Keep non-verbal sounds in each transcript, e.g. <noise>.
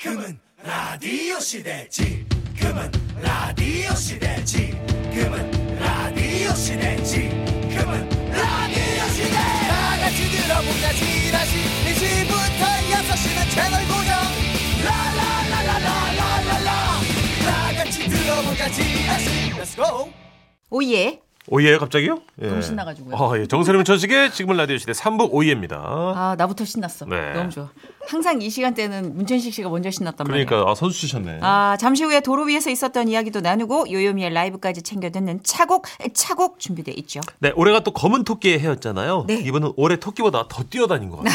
지금은 라디오 시대 지금은 라디오 시대 지금은 라디오 시대 지금은 라디오 시대 다 같이 들어보자 지라시 1시부터 6시는 채널 고정 라라라라라라라라 다 같이 들어보자 지라시 Let's go 오예. 오예 갑자기요? 예. 너무 신나가지고요. 아, 예. 정세림 천식의 지금은 라디오 시대 3부 오예입니다. 아 나부터 신났어. 네. 너무 좋아. 항상 이 시간대는 문천식 씨가 먼저 신났단 말이에요. 그러니까 아, 선수 치셨네. 아 잠시 후에 도로 위에서 있었던 이야기도 나누고 요요미의 라이브까지 챙겨 듣는 차곡 차곡 준비돼 있죠. 네, 올해가 또 검은 토끼의 해였잖아요. 네. 이번은 올해 토끼보다 더 뛰어다닌 것 같아요.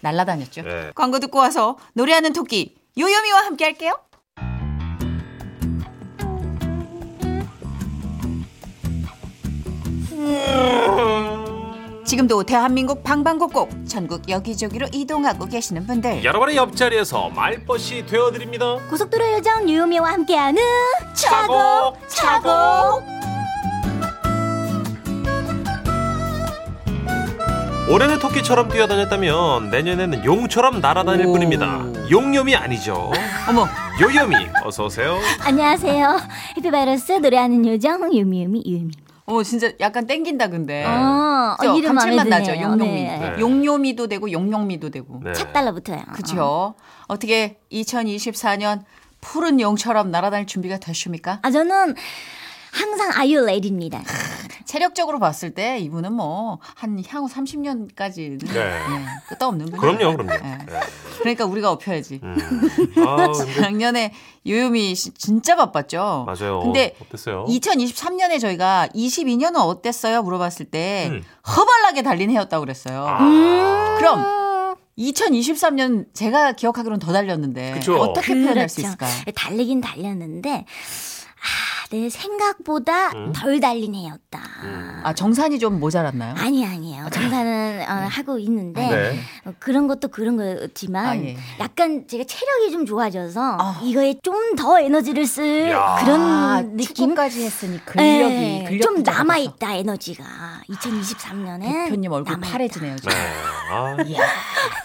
날라다녔죠. 네. 광고 듣고 와서 노래하는 토끼 요요미와 함께 할게요. 지금도 대한민국 방방곡곡 전국 여기저기로 이동하고 계시는 분들 여러분의 옆자리에서 말벗이 되어드립니다. 고속도로 요정 유미와 함께하는 차곡, 차곡 차곡 올해는 토끼처럼 뛰어다녔다면 내년에는 용처럼 날아다닐 오. 뿐입니다. 용염이 아니죠. 어머 요염이 어서 오세요. 안녕하세요 해피바이러스 노래하는 요정 유미유미 유미 어머 진짜 약간 땡긴다 근데 어, 어 그죠? 이름 마음에 감칠맛 드네요 나죠 용용미 네. 용요미도 되고 용용미도 되고 네. 착 달라붙어요 어. 그죠 어떻게 2024년 푸른 용처럼 날아다닐 준비가 되십니까? 아 저는 항상 아이유 레이디입니다 체력적으로 봤을 때 이분은 뭐 한 향후 30년까지는 네. 끝없는 분. 그럼요, 그럼요. 네. 네. 그러니까 우리가 엎혀야지. 음. <laughs> 아, 근데 작년에 요요미 씨 진짜 바빴죠. 맞아요. 근데 어땠어요? 2023년에 저희가 22년은 어땠어요? 물어봤을 때 음. 허벌나게 달린 해였다고 그랬어요. 음. 아, 그럼 2023년 제가 기억하기로는 더 달렸는데 그쵸. 어떻게 그렇죠. 표현할 수 있을까요? 달리긴 달렸는데 아, 내 생각보다 음. 덜 달린 해였다 아 정산이 좀 모자랐나요? 아니 아니에요. 정산은 어, 하고 있는데 음. 네. 어, 그런 것도 그런 거지만 아, 예. 어. 약간 제가 체력이 좀 좋아져서 이거에 좀 더 에너지를 쓸 야. 그런 아, 느낌. 축구까지 했으니 근력이, 예, 근력 좀 부족해서. 남아 있다 에너지가 2023년에 대표님 얼굴 파래지네요. 지금. 네. 아, 이야,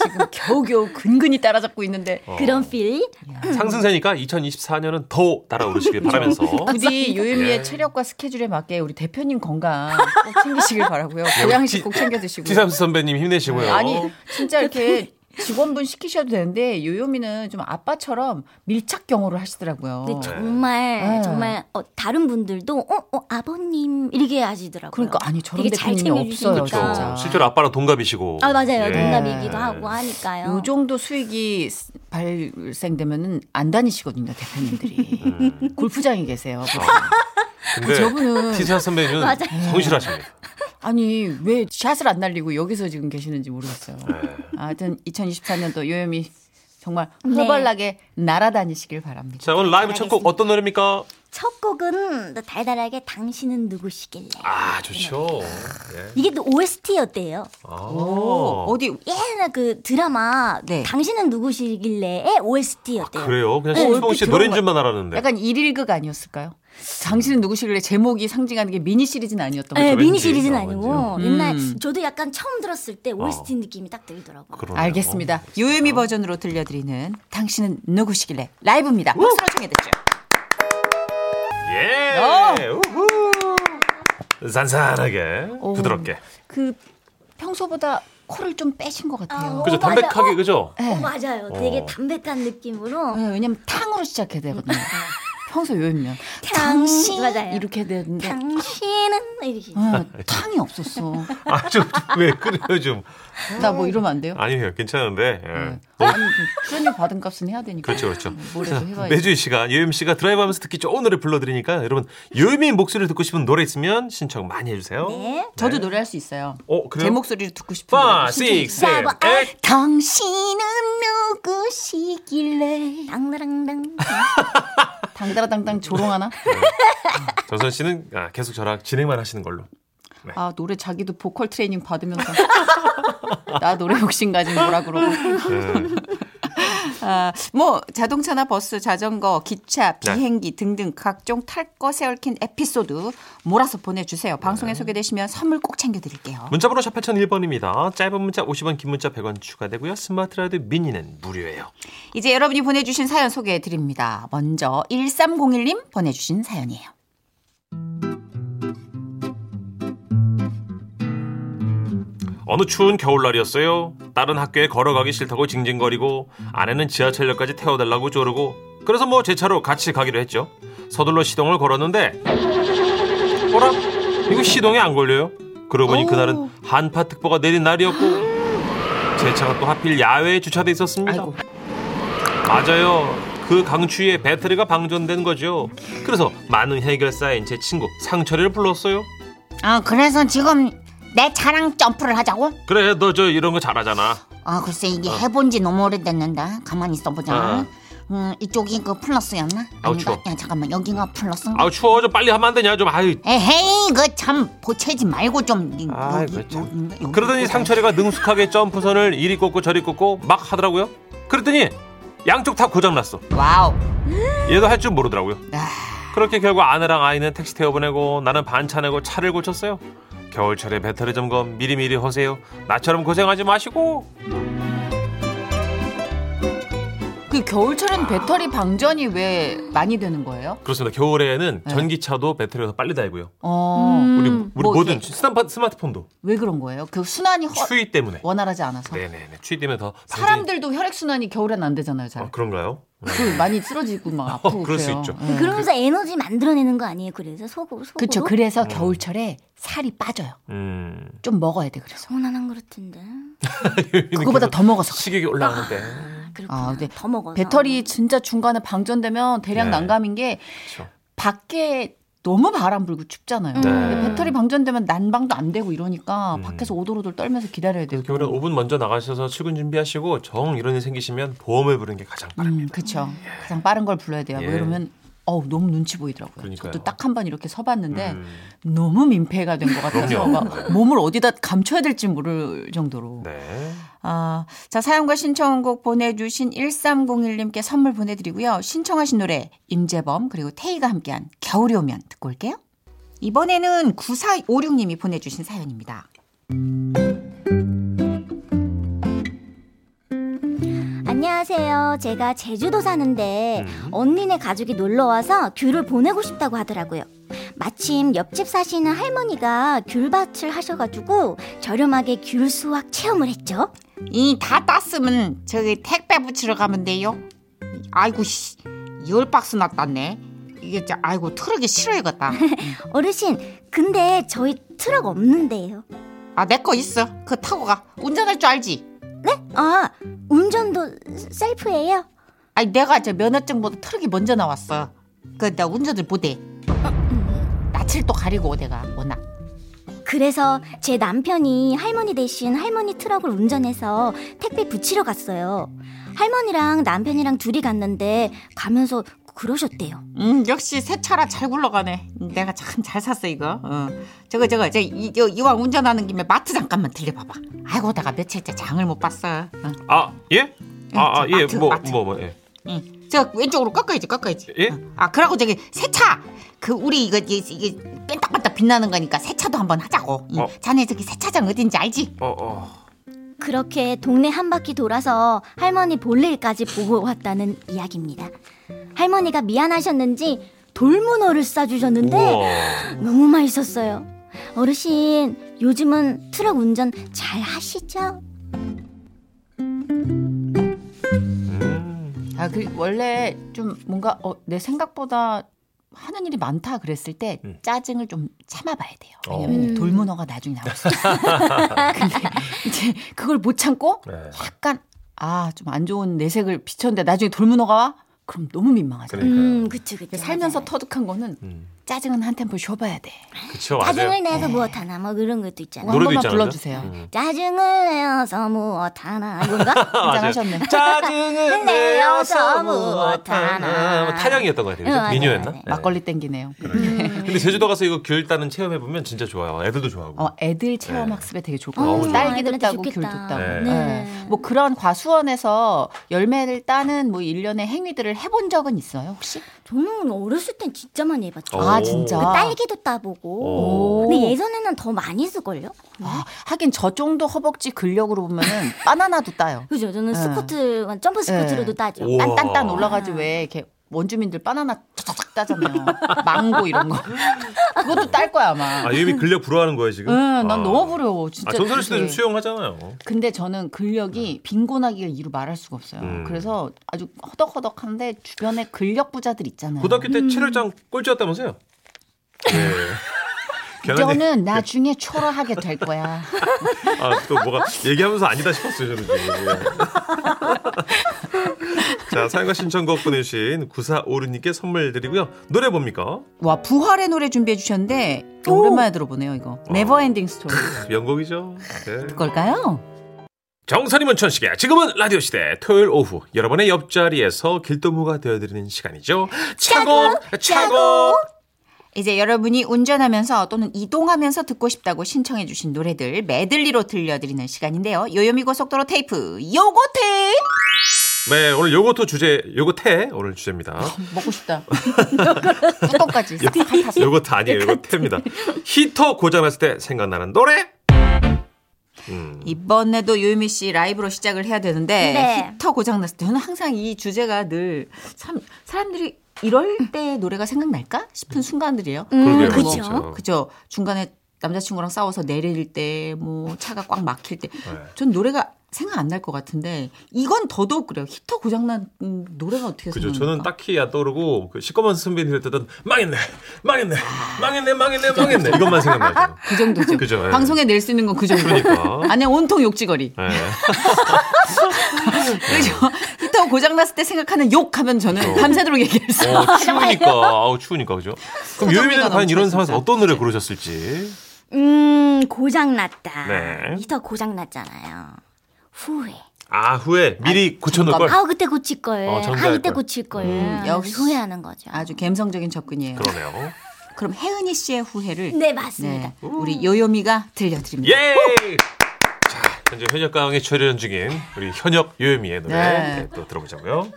지금 겨우겨우 근근히 따라잡고 있는데 어. 그런 필. 상승세니까 2024년은 더 날아오르시길 바라면서 부디 요요미의 예. 체력과 스케줄에 맞게 우리 대표님 건강 꼭 챙기시길 바라고요. 보양식 꼭 챙겨 드시고. 요 티삼스 선배님 힘내시고요. 아니 진짜 이렇게 직원분 시키셔도 되는데 요요미는 좀 아빠처럼 밀착 경호를 하시더라고요. 근데 정말 예. 정말 어, 다른 분들도 어, 어 아버님 이렇게 하시더라고요. 그러니까 아니 저런 되게 잘 대표님이 없어요. 챙겨주시니까. 진짜. 그렇죠. 실제로 아빠랑 동갑이시고. 아 맞아요 예. 동갑이기도 예. 하고 하니까요. 요 정도 수익이 스- 발생되면은 안 다니시거든요 대표님들이 골프장에 계세요. 뭐, 근데 저분은- 티삼스 선배님은 맞아요. 성실하십니다. 아니 왜 샷을 안 날리고 여기서 지금 계시는지 모르겠어요. 네. 하여튼 2024년도 요염이 정말 네. 활발하게 날아다니시길 바랍니다. 자 오늘 라이브 첫 곡 어떤 노래입니까? 첫 곡은 또 달달하게 당신은 누구시길래. 아 좋죠. 예. 이게 또 OST였대요. 아. 오, 어디 옛날 그 드라마 네. 당신은 누구시길래의 OST였대요. 그래요? 그냥 네, 신수봉 얼핏 씨 노래인 들어온 줄만 알았는데. 약간 일일극 아니었을까요? 당신은 누구시길래 제목이 상징하는 게 미니 시리즈는 아니었던 거죠? 네, 왠지, 미니 시리즈는 어, 아니고 왠지. 그렇죠. 음. 아. 옛날 저도 약간 처음 들었을 때 OST 느낌이 딱 들더라고요. 그러네요. 알겠습니다. 요요미 버전으로 들려드리는 당신은 누구시길래 라이브입니다. 박수로 청해 듣죠. 예. 우후. 산산하게 오. 부드럽게. 그 평소보다 코를 좀 빼신 것 같아요. 어, 그죠 맞아요. 담백하게 그죠. 어, 예. 맞아요. 되게 담백한 느낌으로 네, 왜냐면 탕으로 시작해야 되거든요. 평소 요염면 음, 탕, 당신 맞아요. 이렇게 해야 되는데 당신은 이렇게 어, 탕이 없었어. 음. 아좀왜 그래요 좀. 나 뭐 이러면 안 돼요? 아니에요 괜찮은데. 예. 네. 너무 아니 그 출연료 받은 값은 해야 되니까. 그렇죠, 그렇죠. 뭐라도 해봐야 지 매주 이 시간 요임 씨가 드라이브하면서 듣기 좋은 노래 불러드리니까 여러분 요임이 목소리를 듣고 싶은 노래 있으면 신청 많이 해주세요. 네. 저도 노래할 수 있어요. 어, 그래요? 제 목소리를 듣고 싶은 노래 5, 6, 진짜 7, 8 당신은 누구시길래 당나랑당 당다라당당 조롱하나? 전선 씨는 아, 계속 저랑 진행만 하시는 걸로. 아 노래 자기도 보컬 트레이닝 받으면서 나 노래 욕심 가진 뭐라 그러고 네. 아, 뭐 자동차나 버스, 자전거, 기차, 네. 비행기 등등 각종 탈 것에 얽힌 에피소드 몰아서 네. 보내주세요. 방송에 소개되시면 선물 꼭 챙겨드릴게요. 문자번호 샵 8001번입니다. 짧은 문자 50원, 긴 문자 100원 추가되고요. 스마트 라디오 미니는 무료예요. 이제 여러분이 보내주신 사연 소개해드립니다. 먼저 1301님 보내주신 사연이에요. 어느 추운 겨울날이었어요. 다른 학교에 걸어가기 싫다고 징징거리고 아내는 지하철역까지 태워달라고 조르고 그래서 뭐 제 차로 같이 가기로 했죠. 서둘러 시동을 걸었는데 어라? 이거 시동이 안 걸려요? 그러고 보니 그날은 한파특보가 내린 날이었고 제 차가 또 하필 야외에 주차돼 있었습니다. 아이고. 맞아요. 그 강추위에 배터리가 방전된 거죠. 그래서 많은 해결사인 제 친구 상철이를 불렀어요. 아 그래서 지금 내 차랑 점프를 하자고? 그래, 너 저 이런 거 잘하잖아. 아 글쎄 이게 어. 해본 지 너무 오래됐는데 가만히 있어보자. 아. 음 이쪽이 그 플러스였나? 아우, 아닌가? 추워. 야 잠깐만 여기가 플러스? 아우 추워 좀 빨리 하면 안 되냐 좀 아유 에헤이 그 참 보채지 말고 좀 이- 아이고, 여기 참. 여기인가? 여기 뭐, 그러더니 있구나. 상철이가 능숙하게 점프선을 이리 꽂고 저리 꽂고 막 하더라고요 그랬더니 양쪽 다 고장났어 와우. 얘도 할 줄 모르더라고요 아, 그렇게 결국 아내랑 아이는 택시 태워보내고 나는 반차 내고 차를 고쳤어요 겨울철에 배터리 점검 미리미리 하세요 나처럼 고생하지 마시고 그 아. 겨울철엔 배터리 방전이 왜 많이 되는 거예요? 그렇습니다 겨울에는 네. 전기차도 배터리가 더 빨리 닳고요 어, 우리, 음. 우리 뭐 모든 이렇게. 스마트, 스마트폰도 왜 그런 거예요? 그 순환이 허, 추위 때문에 원활하지 않아서. 네네네 추위 때문에 더 방전이- 어. 사람들도 혈액 순환이 겨울엔 안 되잖아요, 잘. 아, 그런가요? 그 많이 쓰러지고 <laughs> 막 아프고 어, 그럴 수 그래요. 있죠. 예. 그러면서 에너지 만들어내는 거 아니에요? 그래서 속으로 속으로. 어. 그쵸. 그래서 겨울철에 살이 빠져요. 음 좀 먹어야 돼 그래서. 전화는 그럴 텐데. 그거보다 더 먹어서. 그래. 식욕이 올라오는데 아, 그렇구나. 아, 근데 더 먹어서. 배터리 진짜 중간에 방전되면 대량 네. 난감인 게 그렇죠. 밖에 너무 바람 불고 춥잖아요. 네. 근데 배터리 방전되면 난방도 안 되고 이러니까 음. 밖에서 오돌오돌 떨면서 기다려야 돼요. 겨울에 5분 먼저 나가셔서 출근 준비하시고 정 이런 일 생기시면 보험을 부르는 게 가장 빠릅니다. 음, 그쵸. 가장 빠른 걸 불러야 돼요. 예. 뭐 이러면 어우 너무 눈치 보이더라고요. 그러니까요. 저도 딱 한 번 이렇게 서봤는데 음. 너무 민폐가 된 것 같아서 그럼요. 막 몸을 어디다 감춰야 될지 모를 정도로. 네. 아, 자, 사연과 신청곡 보내주신 1301님께 선물 보내드리고요. 신청하신 노래, 임재범, 그리고 태희가 함께한 겨울이 오면 듣고 올게요. 이번에는 9456님이 보내주신 사연입니다. 안녕하세요. 제가 제주도 사는데 언니네 가족이 놀러 와서 귤을 보내고 싶다고 하더라고요. 마침 옆집 사시는 할머니가 귤밭을 하셔가지고 저렴하게 귤 수확 체험을 했죠. 이 다 땄으면 저기 택배 붙이러 가면 돼요. 아이고 씨, 열 박스나 땄네. 이게 저, 아이고 트럭이 싫어야겠다. 어르신, 근데 저희 트럭 없는데요. 아 내 거 있어. 그거 타고 가. 운전할 줄 알지? 아, 운전도 셀프예요? 아니 내가 저 면허증보다 트럭이 먼저 나왔어. 그 나 운전을 못해. 낯을 또 가리고 내가 워낙. 그래서 제 남편이 할머니 대신 할머니 트럭을 운전해서 택배 붙이러 갔어요. 할머니랑 남편이랑 둘이 갔는데 가면서 그러셨대요. 음 역시 새 차라 잘 굴러가네. 내가 참 잘 샀어 이거. 어. 저거 저거 저 이, 저 이왕 운전하는 김에 마트 잠깐만 들려봐봐. 아이고 내가 며칠째 장을 못 봤어. 어. 아 예? 아, 아 저 예. 마트, 뭐 마트. 뭐 뭐. 예. 응. 저 왼쪽으로 꺾어야지, 꺾어야지. 예? 음. 어. 아, 그러고 저기 세차. 그 우리 이거 이게, 이게 뺀딱뺀딱 빛나는 거니까 세차도 한번 하자고. 응. 어. 자네 저기 세차장 어딘지 알지? 어 어. 그렇게 동네 한 바퀴 돌아서 할머니 볼일까지 보고 왔다는 이야기입니다. 할머니가 미안하셨는지 돌문어를 네. 싸주셨는데 우와. 너무 맛있었어요. 어르신, 요즘은 트럭 운전 잘 하시죠? 음. 아, 그 원래 좀 뭔가 어, 내 생각보다 하는 일이 많다 그랬을 때 음. 짜증을 좀 참아봐야 돼요. 어. 왜냐면 음. 돌문어가 나중에 나올 수 <laughs> 있어. 근데 이제 그걸 못 참고 네. 약간 아 좀 안 좋은 내색을 비쳤는데 나중에 돌문어가 와? 그럼 너무 민망하잖아요. 그러니까요. 음, 그쵸, 그쵸. 살면서 맞아요. 터득한 거는 음. 짜증은 한 템포 쉬어봐야 돼. 그쵸 맞아요. 어. 짜증을 내서 무엇하나 뭐 이런 것도 있잖아요. 노래도 한 번만 있지 않아요? 음. 불러주세요. 짜증을 내어서 무엇하나 이건가? <laughs> 긴장하셨네. <laughs> 짜증을 내어서 내어서 무엇하나. 무엇하나 뭐 타령이었던 것 같아요. 응, 그죠? 맞아요, 민요였나? 맞아요. 네. 막걸리 음, 땡기네요. <laughs> 근데 제주도 가서 이거 귤 따는 체험해 보면 진짜 좋아요. 애들도 좋아하고. 어, 애들 체험 네. 학습에 되게 좋을 것 어, 같아요. 딸기도 애들한테 따고 좋겠다. 귤도 따고. 네. 네. 뭐 그런 과수원에서 열매를 따는 뭐 일련의 행위들을 해본 적은 있어요 혹시? 저는 어렸을 땐 진짜 많이 해봤죠. 오. 아 진짜. 그 딸기도 따보고. 오. 근데 예전에는 더 많이 쓰걸요? 아, 하긴 저 정도 허벅지 근력으로 보면은 <laughs> 바나나도 따요. 그죠? 저는 네. 스쿼트, 점프 스쿼트로도 네. 따죠. 우와. 딴딴딴 올라가지 왜 이렇게 원주민들 바나나 쫙쫙 따잖아요. 망고 이런 거. 그것도 딸 거야 아마. 아 유미 <laughs> 근력 부러워하는 거예요 지금? 응, 음, 난 아. 너무 부러워 아 진짜. 전설이 씨도 좀 되게. 수영하잖아요. 근데 저는 근력이 빈곤하기가 이루 말할 수가 없어요. 음. 그래서 아주 허덕허덕한데 주변에 근력 부자들 있잖아요. 고등학교 때 체력장 꼴찌였다면서요? <laughs> 네. 괜한 저는 나중에 초라하게 될 <laughs> 거야. 아또 뭐가 얘기하면서 아니다 싶었어요 저는 <laughs> 지금. 네. 자 사연과 신청곡 보내주신 9456님께 선물 드리고요 노래 뭡니까? 와 부활의 노래 준비해 주셨는데 오랜만에 들어보네요 이거. 네버엔딩 스토리. 명곡이죠 네. 그걸까요? 정선이문 천식의 지금은 라디오 시대 토요일 오후 여러분의 옆자리에서 길동무가 되어드리는 시간이죠 차고 차고 이제 여러분이 운전하면서 또는 이동하면서 듣고 싶다고 신청해 주신 노래들 메들리로 들려드리는 시간인데요. 요요미 고속도로 테이프 요거테 네 오늘 요거트 주제 요거테 오늘 주제입니다 <laughs> 먹고 싶다. <laughs> 뚜껑까지 싹 핥아서. 요거트 아니에요 요거테입니다 히터 고장났을 때 생각나는 노래 이번에도 요요미 씨 라이브로 시작을 해야 되는데 네. 히터 고장 났을 때 저는 항상 이 주제가 늘 참 사람들이 이럴 때 노래가 생각날까 싶은 순간들이에요. 그렇죠. 음, 그러게요, 그렇죠. 그죠? 진짜. 그죠? 중간에 남자친구랑 싸워서 내릴 때, 뭐 차가 꽉 막힐 네. 때, 전 노래가 생각 안 날 것 같은데 이건 더더욱 그래요. 히터 고장난 음, 노래가 어떻게 그죠. 생각나요? 저는 딱히 안 떠오르고 그 시꺼먼 선배님들 때던 망했네, 망했네, 망했네, 망했네, 망했네 이것만 생각나죠. 그 정도죠. 그죠, 예. 방송에 낼 수 있는 건 그 정도. <laughs> 그러니까. 안에 온통 욕지거리. 예. 그죠? 네. 히터 고장 났을 때 생각하는 욕하면 저는 밤새도록 얘기할 수. 있어요. 어, 추우니까, 아우 추우니까 그죠. 그럼 소정미가 유미는 과연 이런 넘쳐요, 상황에서 진짜. 어떤 노래 부르셨을지. 음, 고장났다. 네. 히터 고장났잖아요. 후회. 아 후에 미리 고쳐놓을 걸. 아우, 그때 고칠 걸. 어, 아, 정리할 이때 걸. 고칠 걸. 역시. 역시 후회하는 거죠. 아주 감성적인 접근이에요. 그럼, 그러네요. 혜은이 씨의 후회를 네, 맞습니다. 네, 우리 요요미가 들려드립니다. 음. 예. 자, 현재 현역 강의 출연 중인 우리 현역 유미의 노래 네. 네, 또 들어보자고요.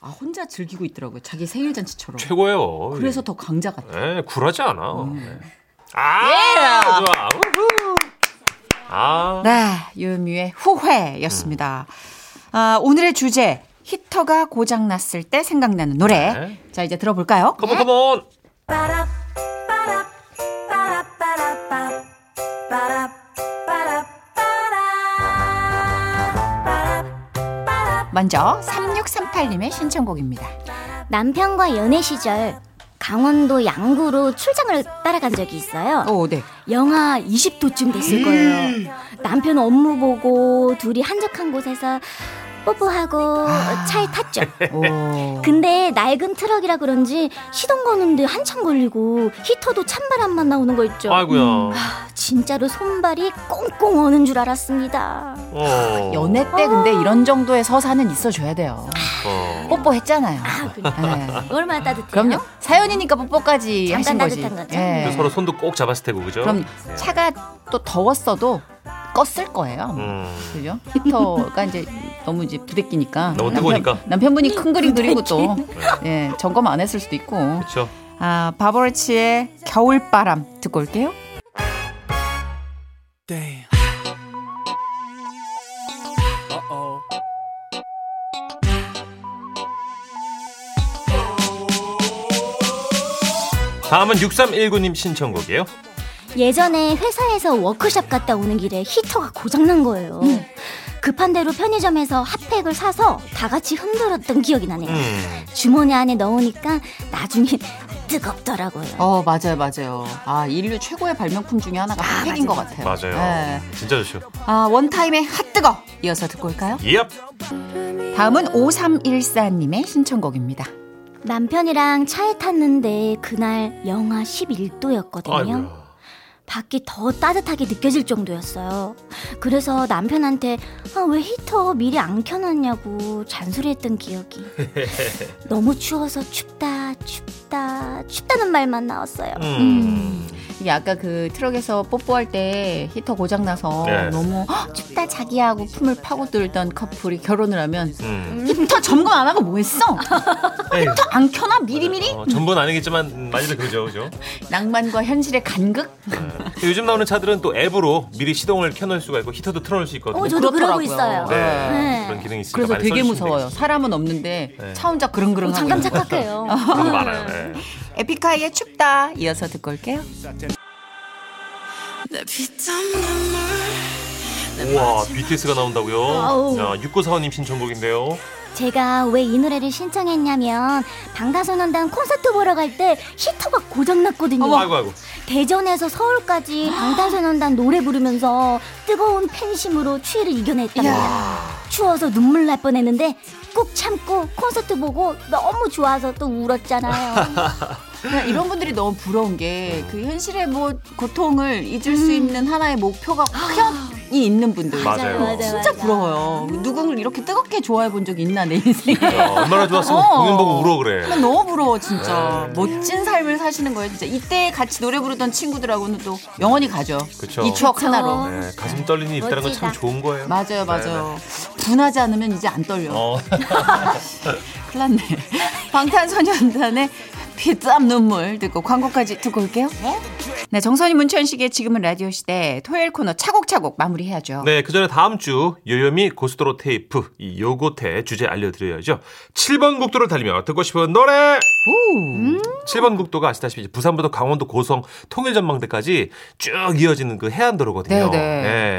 아 혼자 즐기고 있더라고요. 자기 생일 잔치처럼. 최고예요. 그래서 더 강자 같아. 예, 굴하지 않아. 예. 아, 좋아. 우후. 아, 네, 유미의 후회였습니다. 아, 오늘의 주제 히터가 고장 났을 때 생각나는 노래. 네. 자 이제 들어볼까요? 컴온 컴온. 먼저 3638님의 신청곡입니다. 네. 남편과 연애 시절 강원도 양구로 출장을 따라간 적이 있어요. 오, 네. 영하 20도쯤 됐을 음. 거예요. 남편 업무 보고 둘이 한적한 곳에서 뽀뽀하고 아. 차에 탔죠. 오. 근데 낡은 트럭이라 그런지 시동 거는데 한참 걸리고 히터도 찬바람만 나오는 거 있죠. 음, 아이고야. 진짜로 손발이 꽁꽁 어는 줄 알았습니다. 어. 연애 아. 때 근데 이런 정도의 서사는 있어줘야 돼요. 어. 뽀뽀했잖아요. 아, 그러니까. 네. 얼마나 따뜻해요. 그럼요. 사연이니까 뽀뽀까지 하신 잠깐 거지. 예. 따뜻한 거죠? 그리고 네, 서로 손도 꼭 잡았을 테고 그죠? 네. 그럼 예. 차가 또 더웠어도 껐을 거예요. 아마. 음. 그죠? 히터가 이제 너무 이제 부대끼니까 너무 뜨거우니까. 남편, 분이큰 그림 그리고 또 예, 점검 안 했을 수도 있고 그렇죠. 아, 바보르치의 겨울바람 듣고 올게요. Damn. Uh-oh. 다음은 6319님 신청곡이에요. 예전에 회사에서 워크숍 갔다 오는 길에 히터가 고장난 거예요. 음. 급한 대로 편의점에서 핫팩을 사서 다 같이 흔들었던 기억이 나네요. 음. 주머니 안에 넣으니까 나중에 <laughs> 뜨겁더라고요. 어, 맞아요, 맞아요. 아, 인류 최고의 발명품 중에 하나가 핫팩인 것 네. 같아요. 맞아요. 예. 진짜 좋죠. 아, 원타임의 핫뜨거 이어서 듣고 올까요? 예. 다음은 5314님의 신청곡입니다. 남편이랑 차에 탔는데 그날 영하 11도였거든요. 아이고야. 밖이 더 따뜻하게 느껴질 정도였어요. 그래서 남편한테 아, 왜 히터 미리 안 켜놨냐고 <laughs> 잔소리했던 기억이. 너무 추워서 춥다, 춥다, 춥다는 말만 나왔어요. 음. 이게 아까 그 트럭에서 뽀뽀할 때 히터 고장 나서 네. 너무 "헉, 춥다 자기야 하고 품을 파고들던 커플이 결혼을 하면 음. 히터 점검 안 하고 뭐 <laughs> 했어? 에휴. 안 켜나 미리미리? 네. 어, 전부는 아니겠지만 음, 많이들 그죠, 그죠? 낭만과 현실의 간극 예. 요즘 나오는 차들은 또 앱으로 미리 시동을 켜놓을 수가 있고 히터도 틀어놓을 수 있거든요. 어, 저도 그러고 그렇더라고요. 있어요. 네. 네. 그런 기능이 있으니까 그래서 많이 되게 써주시면 무서워요. 되겠습니다. 사람은 없는데 네. 차 혼자 그릉그릉 하고 어, 잠깐 있는 거. <laughs> 착각해요. 그런 거 많아요. 네. 에픽하이의 춥다 이어서 듣고 올게요. 우와, BTS가 나온다고요? 야, 6945님 신청곡인데요. 제가 왜 이 노래를 신청했냐면 방탄소년단 콘서트 보러 갈 때 히터가 고장났거든요. 아이고, 아이고. 대전에서 <gasps> 서울까지 방탄소년단 노래 부르면서 뜨거운 팬심으로 추위를 이겨냈답니다. 추워서 눈물 날 뻔했는데 꾹 참고 콘서트 보고 너무 좋아서 또 <laughs> 울었잖아요. 그냥 이런 분들이 너무 부러운 게 그 현실의 뭐 고통을 잊을 음. 수 있는 하나의 목표가 확연히 있는 분들. 맞아요. 진짜 부러워요. 누군가를 이렇게 뜨겁게 좋아해 본 적이 있나 내 인생에. 야, 아, 얼마나 좋았으면 어. 공연 보고 울어 그래. 네, 나 너무 부러워 진짜. 멋진 삶을 사시는 거예요 진짜. 이때 같이 노래 부르던 친구들하고는 또 영원히 가죠. 그쵸. 이 추억 하나로. 네, 가슴 떨리는 입다는 건 참 멋지다. 좋은 거예요. 맞아요 맞아요. 네, 분하지 않으면 이제 안 떨려. 어, <laughs> 큰일 났네. <laughs> 방탄소년단의 피땀 눈물 듣고 광고까지 듣고 올게요. 네, 정선이 문천식의 지금은 라디오 시대 토요일 코너 차곡차곡 마무리해야죠. 네, 그 전에 다음 주 요요미 고스도로 테이프 이 요고테 주제 알려드려야죠. 7번 국도를 달리며 듣고 싶은 노래. 음, 오. 7번 국도가 아시다시피 이제 부산부터 강원도 고성 통일전망대까지 쭉 이어지는 그 해안도로거든요. 네, 네.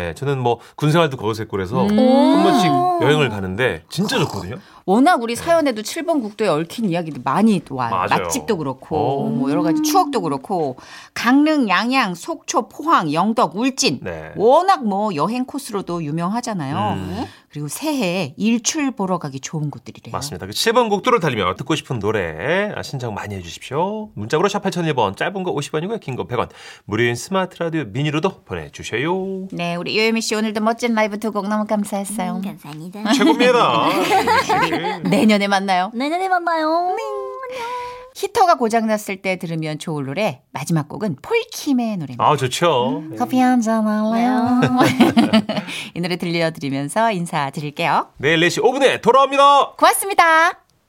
예, 저는 뭐 군생활도 거기서 했고 그래서 한 번씩 여행을 가는데 진짜 좋거든요. 워낙 우리 사연에도 7번 국도에 얽힌 이야기들 많이 와요. 맞아요. 어. 맛집도 그렇고 오. 뭐 여러 가지 추억도 그렇고 강릉, 양양, 속초, 포항, 영덕, 울진 네. 워낙 뭐 여행 코스로도 유명하잖아요. 음. 그리고 새해 일출 보러 가기 좋은 곳들이래요. 맞습니다. 그 7번 곡도를 달리며 듣고 싶은 노래 아, 신청 많이 해주십시오. 문자로 샵 8001번 짧은 거 50원이고요. 긴 거 100원. 무료인 스마트 라디오 미니로도 보내주세요. 네, 우리 요예미 씨 오늘도 멋진 라이브 두 곡 너무 감사했어요. 감사합니다. <laughs> <laughs> 최고입니다. 네, 내년에 만나요. 내년에 만나요. 히터가 고장났을 때 들으면 좋을 노래 마지막 곡은 폴킴의 노래입니다. 아 좋죠. 커피 한잔 할래요. <laughs> 이 노래 들려드리면서 인사드릴게요. 내일 4시 5분에 돌아옵니다. 고맙습니다.